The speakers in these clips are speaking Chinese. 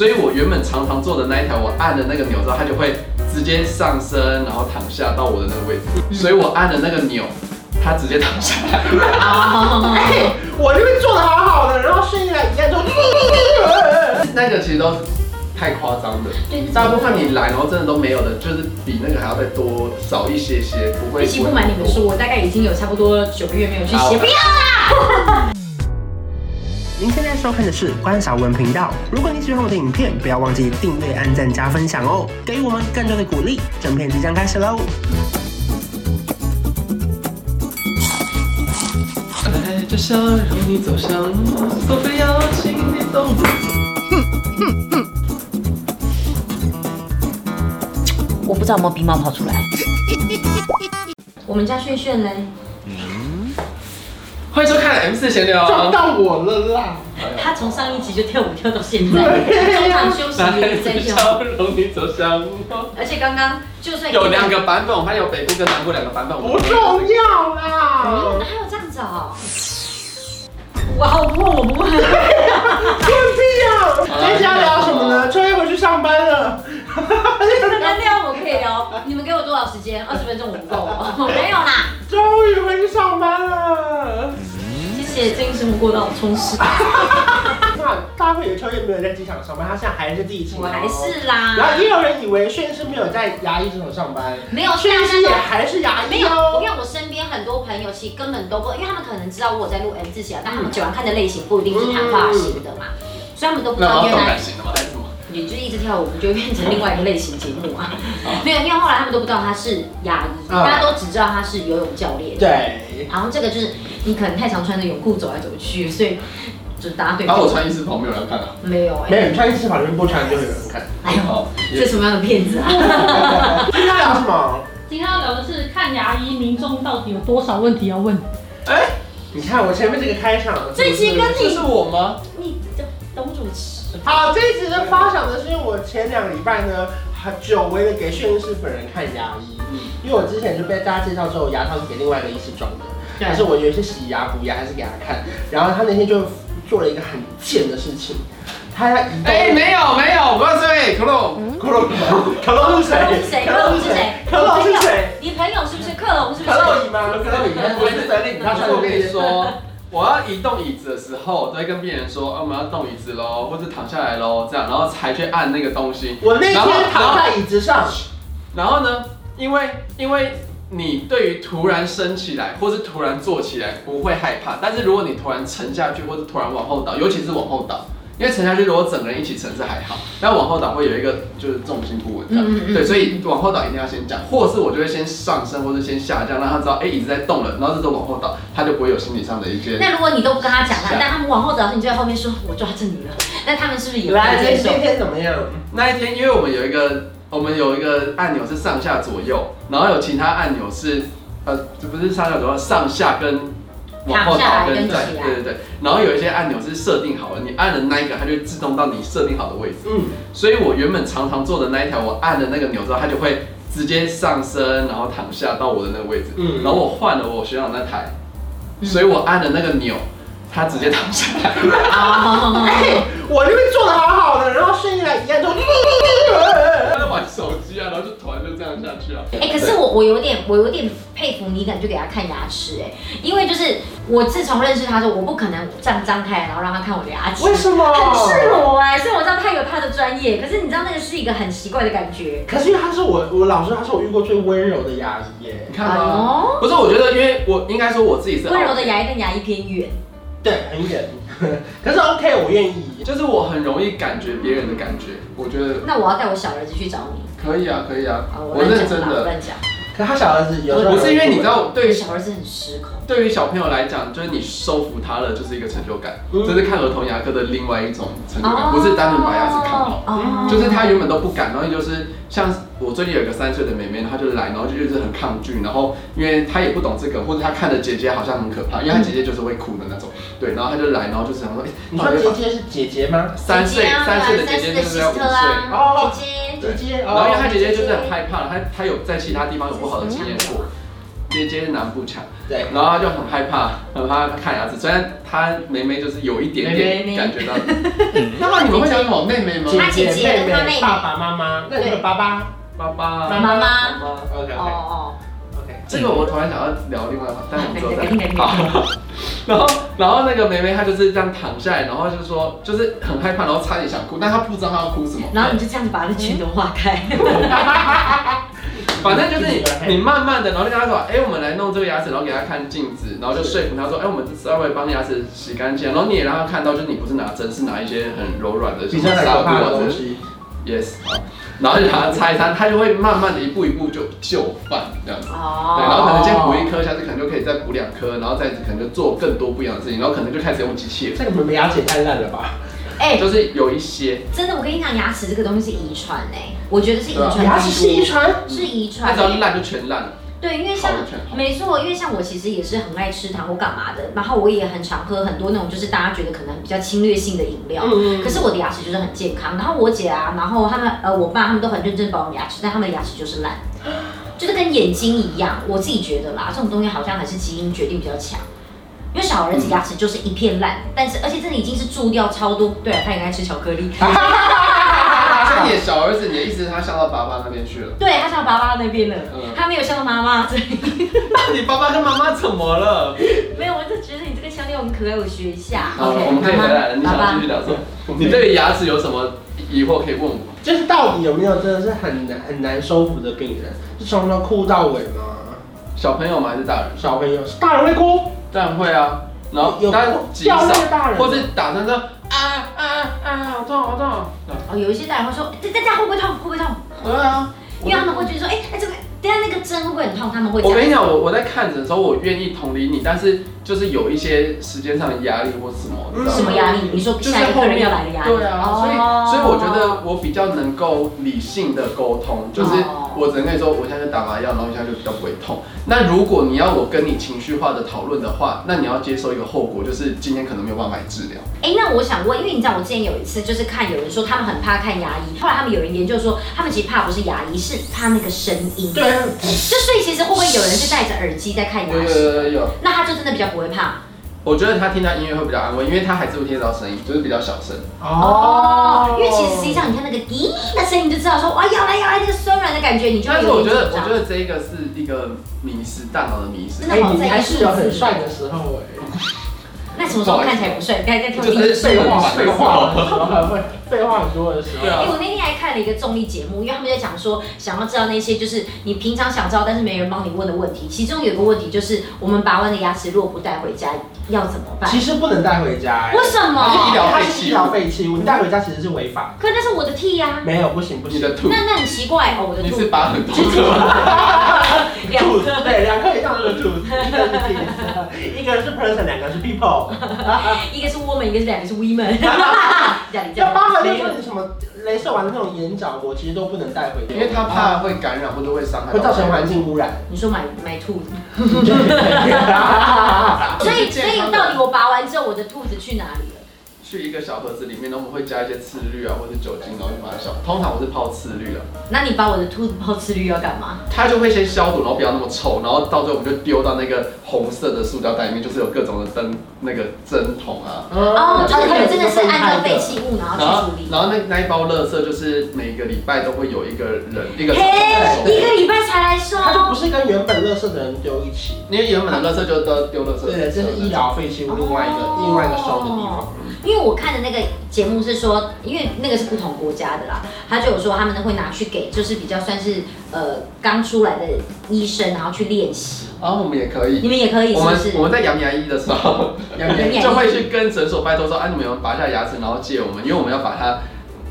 所以我原本常常坐的那一台，我按了那个钮之后，它就会直接上升，然后躺下到我的那个位嗯置。所以我按了那个钮，它直接躺下来。哎，我这边做的好好的，然后睡一来一下就， 那个其实都是太夸张的，对，就是大部分你来然后真的都没有的，就是比那个还要再多少一些些，不会。毕竟不瞒你们说，，我大概已经有差不多九个月没有去好写，不要您现在收看的是关少文频道。如果你喜欢我的影片，不要忘记订阅、按赞、加分享哦，给予我们更多的鼓励。整片即将开始喽！爱哎就想让你走向我，都非要请你动。我不知道有没有鼻毛跑出来。我们家炫炫呢，欢迎收看 M 四闲聊。撞到我了啦！他从上一集就跳舞跳到现在，中场 休息也一直在跳。笑容你走向我。而且刚刚就算有两，个版本，我还有北部跟南部两个版本。我不重要啦嗯，还有这样子哦。我好破，我不会。关屁嗯啊！在家聊什么呢？秋叶回去上班了。那这样我可以聊，你们给我多少时间？二十分钟我不够哦， 没有啦。终于回去上班了。谢谢最近生活过得好充实，那大部分的秋叶没有在机场上班，他现在还是地勤。我还。是然后啦，也有人以为炫是没有在牙医诊所上班，没有哦炫是也还是牙没医有，我哦跟你。讲，我身边很多朋友其实根本都不，因为他们可能知道我在录 M 字型，但嗯他们喜欢看的类型不一定是谈话型的嘛，所以他们都不知那我道要原动来感型的吗？还是什么？你就是一直跳舞，你就会变成另外一个类型节目啊。没有，因为后来他们都不知道他是牙医，嗯大家都只知道他是游泳教练。对，然后这个就是你可能太常穿着泳裤走来走去，所以就大家对然后我穿医师袍，没有人要看啊。没有哎、啊没有你穿一次跑圈不穿就会有人看。哎呦，哦，这什么样的骗子啊？今天要聊什么？今天要聊的是看牙医民众到底有多少问题要问。哎，你看我前面这个开场，这一期跟这是你我吗？你这懂主持好，这一集的发想呢，是因为我前两个礼拜呢，很久违的给训练师本人看牙医，因为我之前就被大家介绍之后，牙套是给另外一个医师装的，但是我有一些洗牙补牙还是给他看，然后他那天就做了一个很贱的事情，他要移动，哎，没有没有，我告诉你，可乐，克隆，克隆是谁？克隆是谁克隆是谁克隆是谁？你朋友是不是克隆？是不克是？隆姨吗？克隆姨，他不会是谁？你他他穿说的我跟那你说，说。我要移动椅子的时候，我都会跟病人说，啊，我们要动椅子喽，或者躺下来喽，这样，然后才去按那个东西。我那然后天然躺后在椅子上，然后呢，因为因为你对于突然升起来或是突然坐起来不会害怕，但是如果你突然沉下去或者突然往后倒，尤其是往后倒。因为沉下去，如果整个人一起沉是还好，但往后倒会有一个就是重心不稳这样，嗯嗯嗯对，所以往后倒一定要先讲，或是我就会先上升或者先下降，让他知道哎、椅子在动了，然后这时候往后倒，他就不会有心理上的一些。那如果你都不跟他讲是啊，了但他们往后找你就在后面说“我抓着你了”，那他们是不是也不来，能接今受？天天怎么样？那一天，因为我们有一个我们有一个按钮是上下左右，然后有其他按钮是呃不是上下左右，上下跟往后倒跟躺下在来跟起来对对对，然后有一些按钮是设定好了，你按了那一个，它就自动到你设定好的位置。嗯，所以我原本常常坐的那一条，我按了那个钮之后，它就会直接上升，然后躺下到我的那个位置。嗯嗯，然后我换了我学长那台，所以我按了那个钮，它直接躺下来。 哦，我这边做的好好的，然后瞬间来一按 就，他在玩手机啊，然后就突然就这样下去啊。哎，可是我我有点我有点佩服你敢去给他看牙齿哎，因为就是我自从认识他之后，我不可能这样张开然后让他看我的牙齿，为什么？很赤裸哎，所以我知道他有他的专业，可是你知道那个是一个很奇怪的感觉。可是因为他是我，我老师他是我遇过最温柔的牙医耶。你哎看啊。呦，不是，我觉得，因为我应该说我自己是温柔的，牙医跟牙医偏远，对，很远， 可是 OK，我愿意。就是我很容易感觉别人的感觉，我觉得那我要带我小儿子去找你。可以啊，可以啊啊，，我认真啦我的，乱讲，可他小儿子有时候不是因为你知，道，对对于小儿子很失控。对于小朋友来讲，就是你收服他了，就是一个成就感，嗯这是看儿童牙科的另外一种成就感，不是单纯把牙齿看好。哦就是他原本都不敢，然后就是像我最近有一个三岁的妹妹，她就来，然后就一直很抗拒，然后因为她也不懂这个，或者她看着姐姐好像很可怕，因为她姐姐就是会哭的那种，对，然后她就来，然后就是想说，哎、你说姐姐是姐姐吗？三岁姐姐啊三岁的姐姐就是要五岁，三四的 sister 哦啊姐姐，姐姐，然后因为哦，嗯他姐姐就是很害怕，她她有在其他地方有不好的经验过，接接南部腔，对，然后他就很害怕，很怕看牙齿。虽然他妹妹就是有一点妹妹点感觉到，那么你们会讲我妹妹吗？他姐姐妹他妹妹爸爸妈妈，那你对们爸爸爸爸，妈妈，妈。 ？OK 哦 OK 哦， OK，这个我突然想要聊另外一话，但我们之后 改天改再天好。然后，然后那个梅梅她就是这样躺下来，然后就说就是很害怕，然后差点想哭，但她不知道她要哭什么。然后你就这样把那裙头化开，哦 反正就是你，你慢慢的，然后就跟她说，哎，我们来弄这个牙齿，然后给她看镜子，然后就说服她说，哎，我们稍微帮牙齿洗干净，然后你也让她看到，就是你不是拿针，是拿一些很柔软的比较可怕的东东西西，啊，yes，好然后就让她擦一擦，她就会慢慢的一步一步就就范这样子。对，哦然后可能先补一颗，下次可能就可以再补两颗，然后再可能就做更多不一样的事情，然后可能就开始用机器了，这个你们牙齿也太烂了吧？哎，就是有一些，真的，我跟你讲，牙齿这个东西是遗传哎，我觉得是遗对传啊居多，牙齿是遗传，是遗它传只，要烂就全烂了，对，因为好像就全好。没错，因为像我其实也是很爱吃糖或干嘛的，然后我也很常喝很多那种就是大家觉得可能比较侵略性的饮料。嗯可是我的牙齿就是很健康，然后我姐啊，然后他们呃我爸他们都很认真保养牙齿，但他们的牙齿就是烂，就是跟眼睛一样。我自己觉得啦，这种东西好像还是基因决定比较强，因为小儿子牙齿就是一片烂，但是而且这里已经是蛀掉超多。对啊，他也爱吃巧克力，像你的啊小儿子，你的意思是他笑到爸爸那边去了？对他像爸爸那边了嗯，他没有像妈妈这里。 那你爸爸跟妈妈怎么了？没有，我就觉得你这个腔调很可爱，我学一下。好了，我们可以回来了。你想要继续聊什么？你对牙齿有什么疑惑可以问我？就是到底有没有真的是很难很难收服的病人，是从头哭到尾吗？小朋友吗？还是大人？小朋友，大人会哭，当然会啊。然后有当然极掉泪的少，大人，或是打针说啊啊啊，好痛好痛。哦，有一些大人会说，这这这样会不会痛？会不会痛？对啊，因为他们会觉得说，哎、哎这个，等一下那个针会不会很痛？他们会这我跟你样。讲，我我在看诊的时候，我愿意同理你，但是就是有一些时间上的压力或什么，你嗯知道什么吗？压力？你说就是下一个后客人面要来的压力？对啊，所以哦所以我觉得我比较能够理性的沟通，就是哦我只能跟你说，我现在就打麻药，然后我现在就比较不会痛。那如果你要我跟你情绪化的讨论的话，那你要接受一个后果，就是今天可能没有办法买治疗。哎、那我想问，因为你知道我之前有一次就是看有人说他们很怕看牙医，后来他们有人研究说，他们其实怕不是牙医，是怕那个声音。对，就所以其实会不会有人是戴着耳机在看牙齿？有有，那他就真的比较不会怕我觉得他听到音乐会比较安慰，因为他还是会听得到声音，就是比较小声。哦，因为其实实际上你看那个滴的声音，你就知道说哇哦要来要来那个酸软的感觉，你就但会是有我点觉得，紧我觉张。得这一个是一个迷失，大脑的迷失真。的哎，你还是有很帅的时候哎，那什么时候看起来不帅？大家听我就是说。废话废话的时候，会废话很多的时候，对啊哎、我那天还看了一个综艺节目，因为他们在讲说，想要知道那些就是你平常想知道但是没人帮你问的问题。其中有个问题就是，我们拔完的牙齿如果不带回家要怎么办？其实不能带回家哎，为什它是医么？疗它废是弃医物疗废弃物，你带回家其实是违法可那是我的剃呀、 的，没有不行不你行，的吐，那那很奇怪哦，我的你兔是拔很多的吗？两兔个子对， 两个以上都是兔子，一个是 kids，一个是 person，两个是 people，一个是 woman，一个是两个 是 women，这样你这要样包含就没有是你什么镭射完的那种眼角膜，其实都不能带回家，因为他怕会感染或者会伤害，会造成环。境污染。你说买买兔 子，所所以所以到底我拔完之后，我的兔子去哪里了？去一个小盒子里面，然后我们会加一些次氯啊，或者酒精，然后就把它消。通常我是泡次氯啊，那你把我的兔子泡吃绿要干嘛？它就会先消毒，然后不要那么臭，然后到最后我们就丢到那个红色的塑胶袋里面，就是有各种的灯那个针筒啊，哦，就是你们真的是按照分开废的弃物然后然后去处理。然后那那一包垃圾就是每个礼拜都会有一个人一个嘿，一收，个礼拜才来收，它就不是跟原本垃圾的人丢一起。因为原本的垃圾就都丢垃圾，对，这是医疗废弃物另外一个哦另外一个收的地方。因为我看的那个节目是说，因为那个是不同国家的啦，他就有说他们会拿去给就是比较算是呃刚出来的医生，然后去练习。然后我们也可以你。们也可以是我不们是我？们在养牙医的时候，养牙医就会去跟诊所拜托说，啊，你们有没有拔下牙齿，然后借我们，因为我们要把它，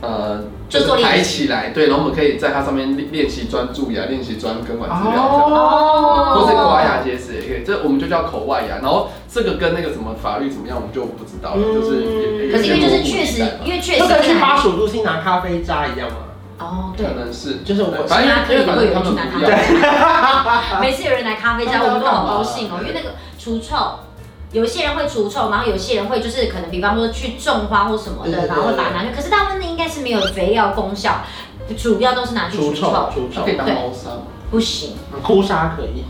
呃，就就是做练习抬起来，对，然后我们可以在它上面练练习专注牙，练习专根管治疗这样。哦或是刮牙结石也可以，这我们就叫口外牙。然后这个跟那个什么法律怎么样，我们就不知道了，嗯就是也可是因为就是确实也模糊地带，吧啊因为确实就跟去巴还蜀路厅拿咖啡渣一样嘛。哦对可。能是就是我反正因为反正他们不要，每次有人来咖啡家，我们都好高兴哦，因为那个除臭，有一些人会除臭，然后有些人会就是可能，比方说去种花或什么对对的，对然后会把它拿去。可是大部分的应该是没有肥料功效，主要都是拿去除臭除臭，除它臭可，以当猫砂吗，不行。哭砂可以。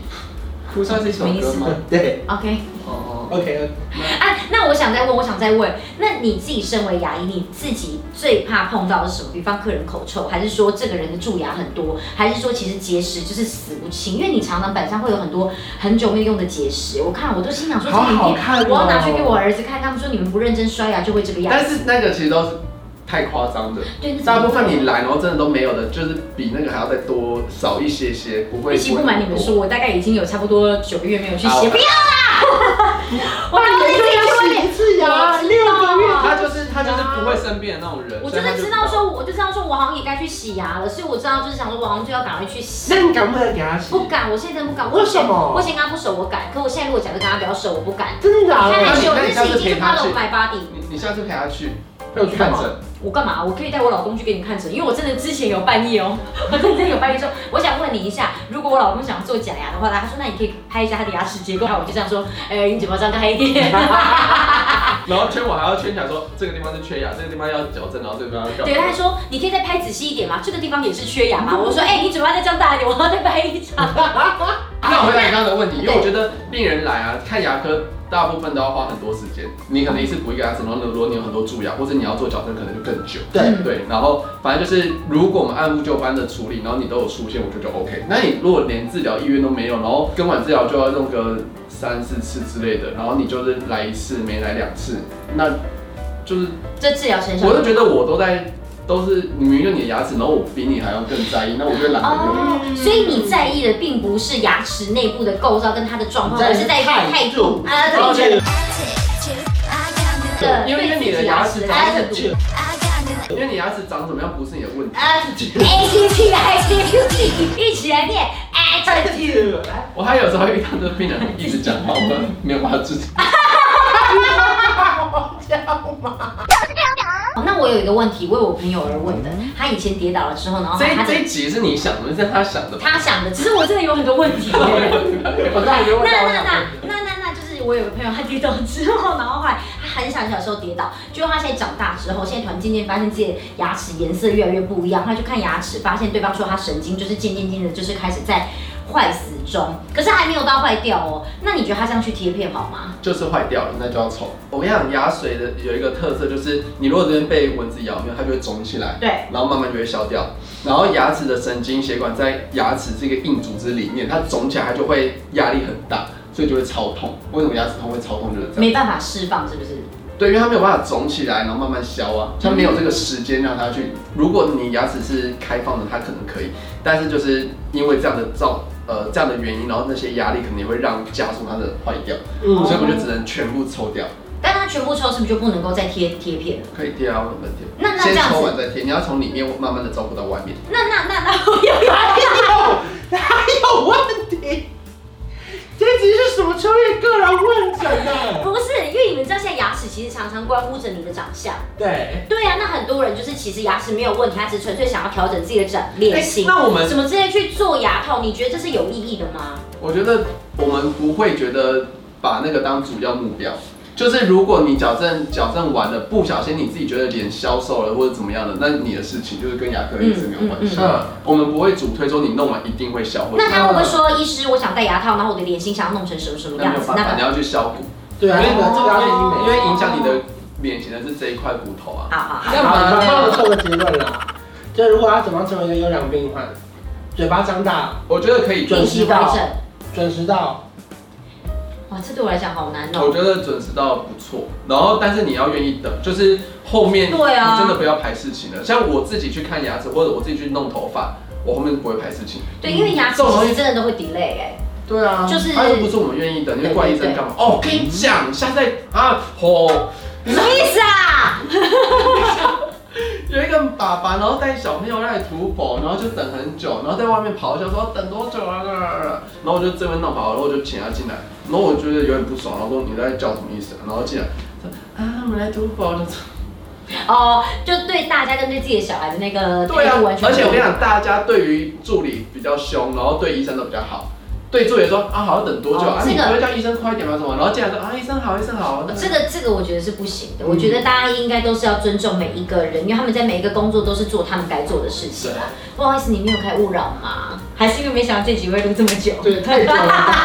哭算是一首什么意歌思吗吗？对 OK，哦哦， ，OK， 啊，那我想再问，我想再问，那你自己身为牙医，你自己最怕碰到的是什么？比方客人口臭，还是说这个人的蛀牙很多，还是说其实结石就是死无情？因为你常常板上会有很多很久没有用的结石，我看我都心想说，好这个好影片看哦我要拿去给我儿子看，他们说你们不认真刷牙就会这个样但子。是那个其实都是太夸张的，对，那大部分你来然后真的都没有的，就是比那个还要再多少一些些，不会。不行，不瞒你们说，我大概已经有差不多九个月没有去好洗，不要啦！我到底自己去外面一次牙，我知道六个月，他就是他就是不会生病的那种人。我所真以他的就知道说，我就知道说，我好像也该去洗牙了，所以我知道就是想说，我好像就要赶快去洗那。你敢不敢给他洗？不敢，我现在真的不敢。为什么我以前跟他不熟，我敢。可我现在如果假设跟他比较熟，我不敢。真的假太害的？羞，那但你那你下是次已经陪是他 part 去 of my body。你你下次陪他去那我去看干嘛？诊，我干嘛？我可以带我老公去给你看诊，因为我真的之前有半夜哦， 我真的有半夜说，我想问你一下，如果我老公想做假牙的话，他说那你可以拍一下他的牙齿结构，然后我就这样说，哎、你嘴巴张开一点。 然后圈我还要圈起来说这个地方是缺牙，这个地方要矫正，然后这个地方要搞。 对，他还说你可以再拍仔细一点嘛，这个地方也是缺牙嘛。我说哎、你嘴巴再张大一点，我要再拍一张。那我回答你刚刚的问题，因为我觉得病人来啊，看牙科大部分都要花很多时间，你可能一次补一个牙齿，然后如果你有很多蛀牙，或者你要做矫正，可能就更久。对，对，然后反正就是，如果我们按部就班的处理，然后你都有出现，我觉得就 OK。那你如果连治疗意愿都没有，然后根管治疗就要用个三四次之类的，然后你就是来一次没来两次，那就是这治疗成效我就觉得我都在都是你明明就你的牙齿，然后我比你还要更在意，那我就懒得用。哦，所以你在意的并不是牙齿内部的构造跟它的状况，而是在意态度啊，然后对这对里对，对因为因为你的牙齿长态度。因为你牙齿长怎么样不是你的问题。啊，A 哎 T T I T U T，一起来念 I T T。我还有时候遇到这个病人一直讲话，我们没有办法制止。哦，那我有一个问题，为我朋友而问的，他以前跌倒了之后，然后这他嗯这一集是你想的，是他想的吧。他想的，只是我真的有很多问题。 我知道你那那那就问到我想那那那那就是我有个朋友，他跌倒之后，然后后来他很小很小的时候跌倒，结果他现在长大之后，现在突然渐渐发现自己的牙齿颜色越来越不一样，他就看牙齿，发现对方说他神经就是渐渐渐的，就是开始在坏死中，可是还没有到坏掉哦。那你觉得他这样去贴片好吗？就是坏掉了，那就要抽。我跟你讲，牙髓的有一个特色就是，你如果这边被蚊子咬，没有它就会肿起来，对，然后慢慢就会消掉。然后牙齿的神经血管在牙齿这个硬组织里面，它肿起来，它就会压力很大，所以就会超痛。为什么牙齿痛会超痛就是这样？没办法释放是不是？对，因为它没有办法肿起来，然后慢慢消啊，它没有这个时间让它去。如果你牙齿是开放的，它可能可以，但是就是因为这样的造呃这样的原因，然后那些压力可能也会让加速它的坏掉，嗯所以我就只能全部抽掉。但他全部抽是不是就不能够再贴贴片了？可以贴啊，为什么不能贴？那那这先样抽子，完再贴，你要从里面慢慢的照顾到外面。那那那那我有一个有还有问题？这集是什么秋叶个人问诊呢？不是，因为你们知道现在牙齿其实常常关乎着你的长相。对，对啊，那很多人就是其实牙齿没有问题，他只是纯粹想要调整自己的长脸哎型，那我们什么之类去做牙套，你觉得这是有意义的吗？我觉得我们不会觉得把那个当主要目标，就是如果你矫正矫正完了，不小心你自己觉得脸消瘦了或者怎么样的，那你的事情就是跟牙科医师没有关系。嗯嗯嗯我们不会主推说你弄完一定会消或者那他会不会说，医师，我想戴牙套，然后我的脸型想要弄成什么什么那样没有子？办法，那你个要去削骨，对啊，因这为个这个要去医因美。为影响你的脸型的是这一块骨头啊。好好好，那我们帮我做个结论啦，就如果要怎么样成为一个优良病患，嘴巴张大，我觉得可以，准定时期到回诊。准时到，哇，这对我来讲好难我哦。觉得准时到不错，然后但是你要愿意等，就是后面对啊你真的不要排事情了。像我自己去看牙齿，或者我自己去弄头发，我后面不会排事情。对，因为牙齿这种东其西实真的都会 delay 哎、对啊，就是他又不是我们愿意等，你对怪医生干嘛？哦，我跟你讲，下次再啊，哦，什么意思啊？有一个爸爸，然后带小朋友来涂佛，然后就等很久，然后在外面咆哮说等多久啊？然后我就这边弄好，然后我就请他进来，然后我觉得有点不爽，然后说你在叫什么意思啊？然后进来说啊，我们来涂佛，就哦，就对大家跟对自己的小孩的那个对态啊度完，全而且我不跟一你样讲，大家对于助理比较凶，然后对医生都比较好。对助理说啊，好要等多久哦啊？这你个哦不会叫医生快一点吗？什么？然后进来说啊，医生好，医生好。这个这个我觉得是不行的，我觉得大家应该都是要尊重每一个人，因为他们在每一个工作都是做他们该做的事情啊。不好意思，你没有开勿扰吗？还是因为没想到这集会录这么久？对，太久了。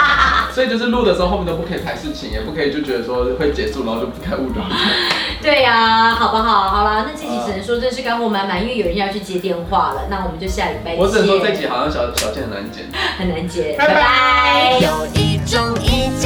所以就是录的时候后面都不可以排事情，也不可以就觉得说会结束，然后就不该误导人。对呀、好不好？好啦，那这集只能说真是干货满满，因为有人要去接电话了。那我们就下礼拜见。我只能说这集好像小小件很难剪。很难接，拜拜拜拜有一种一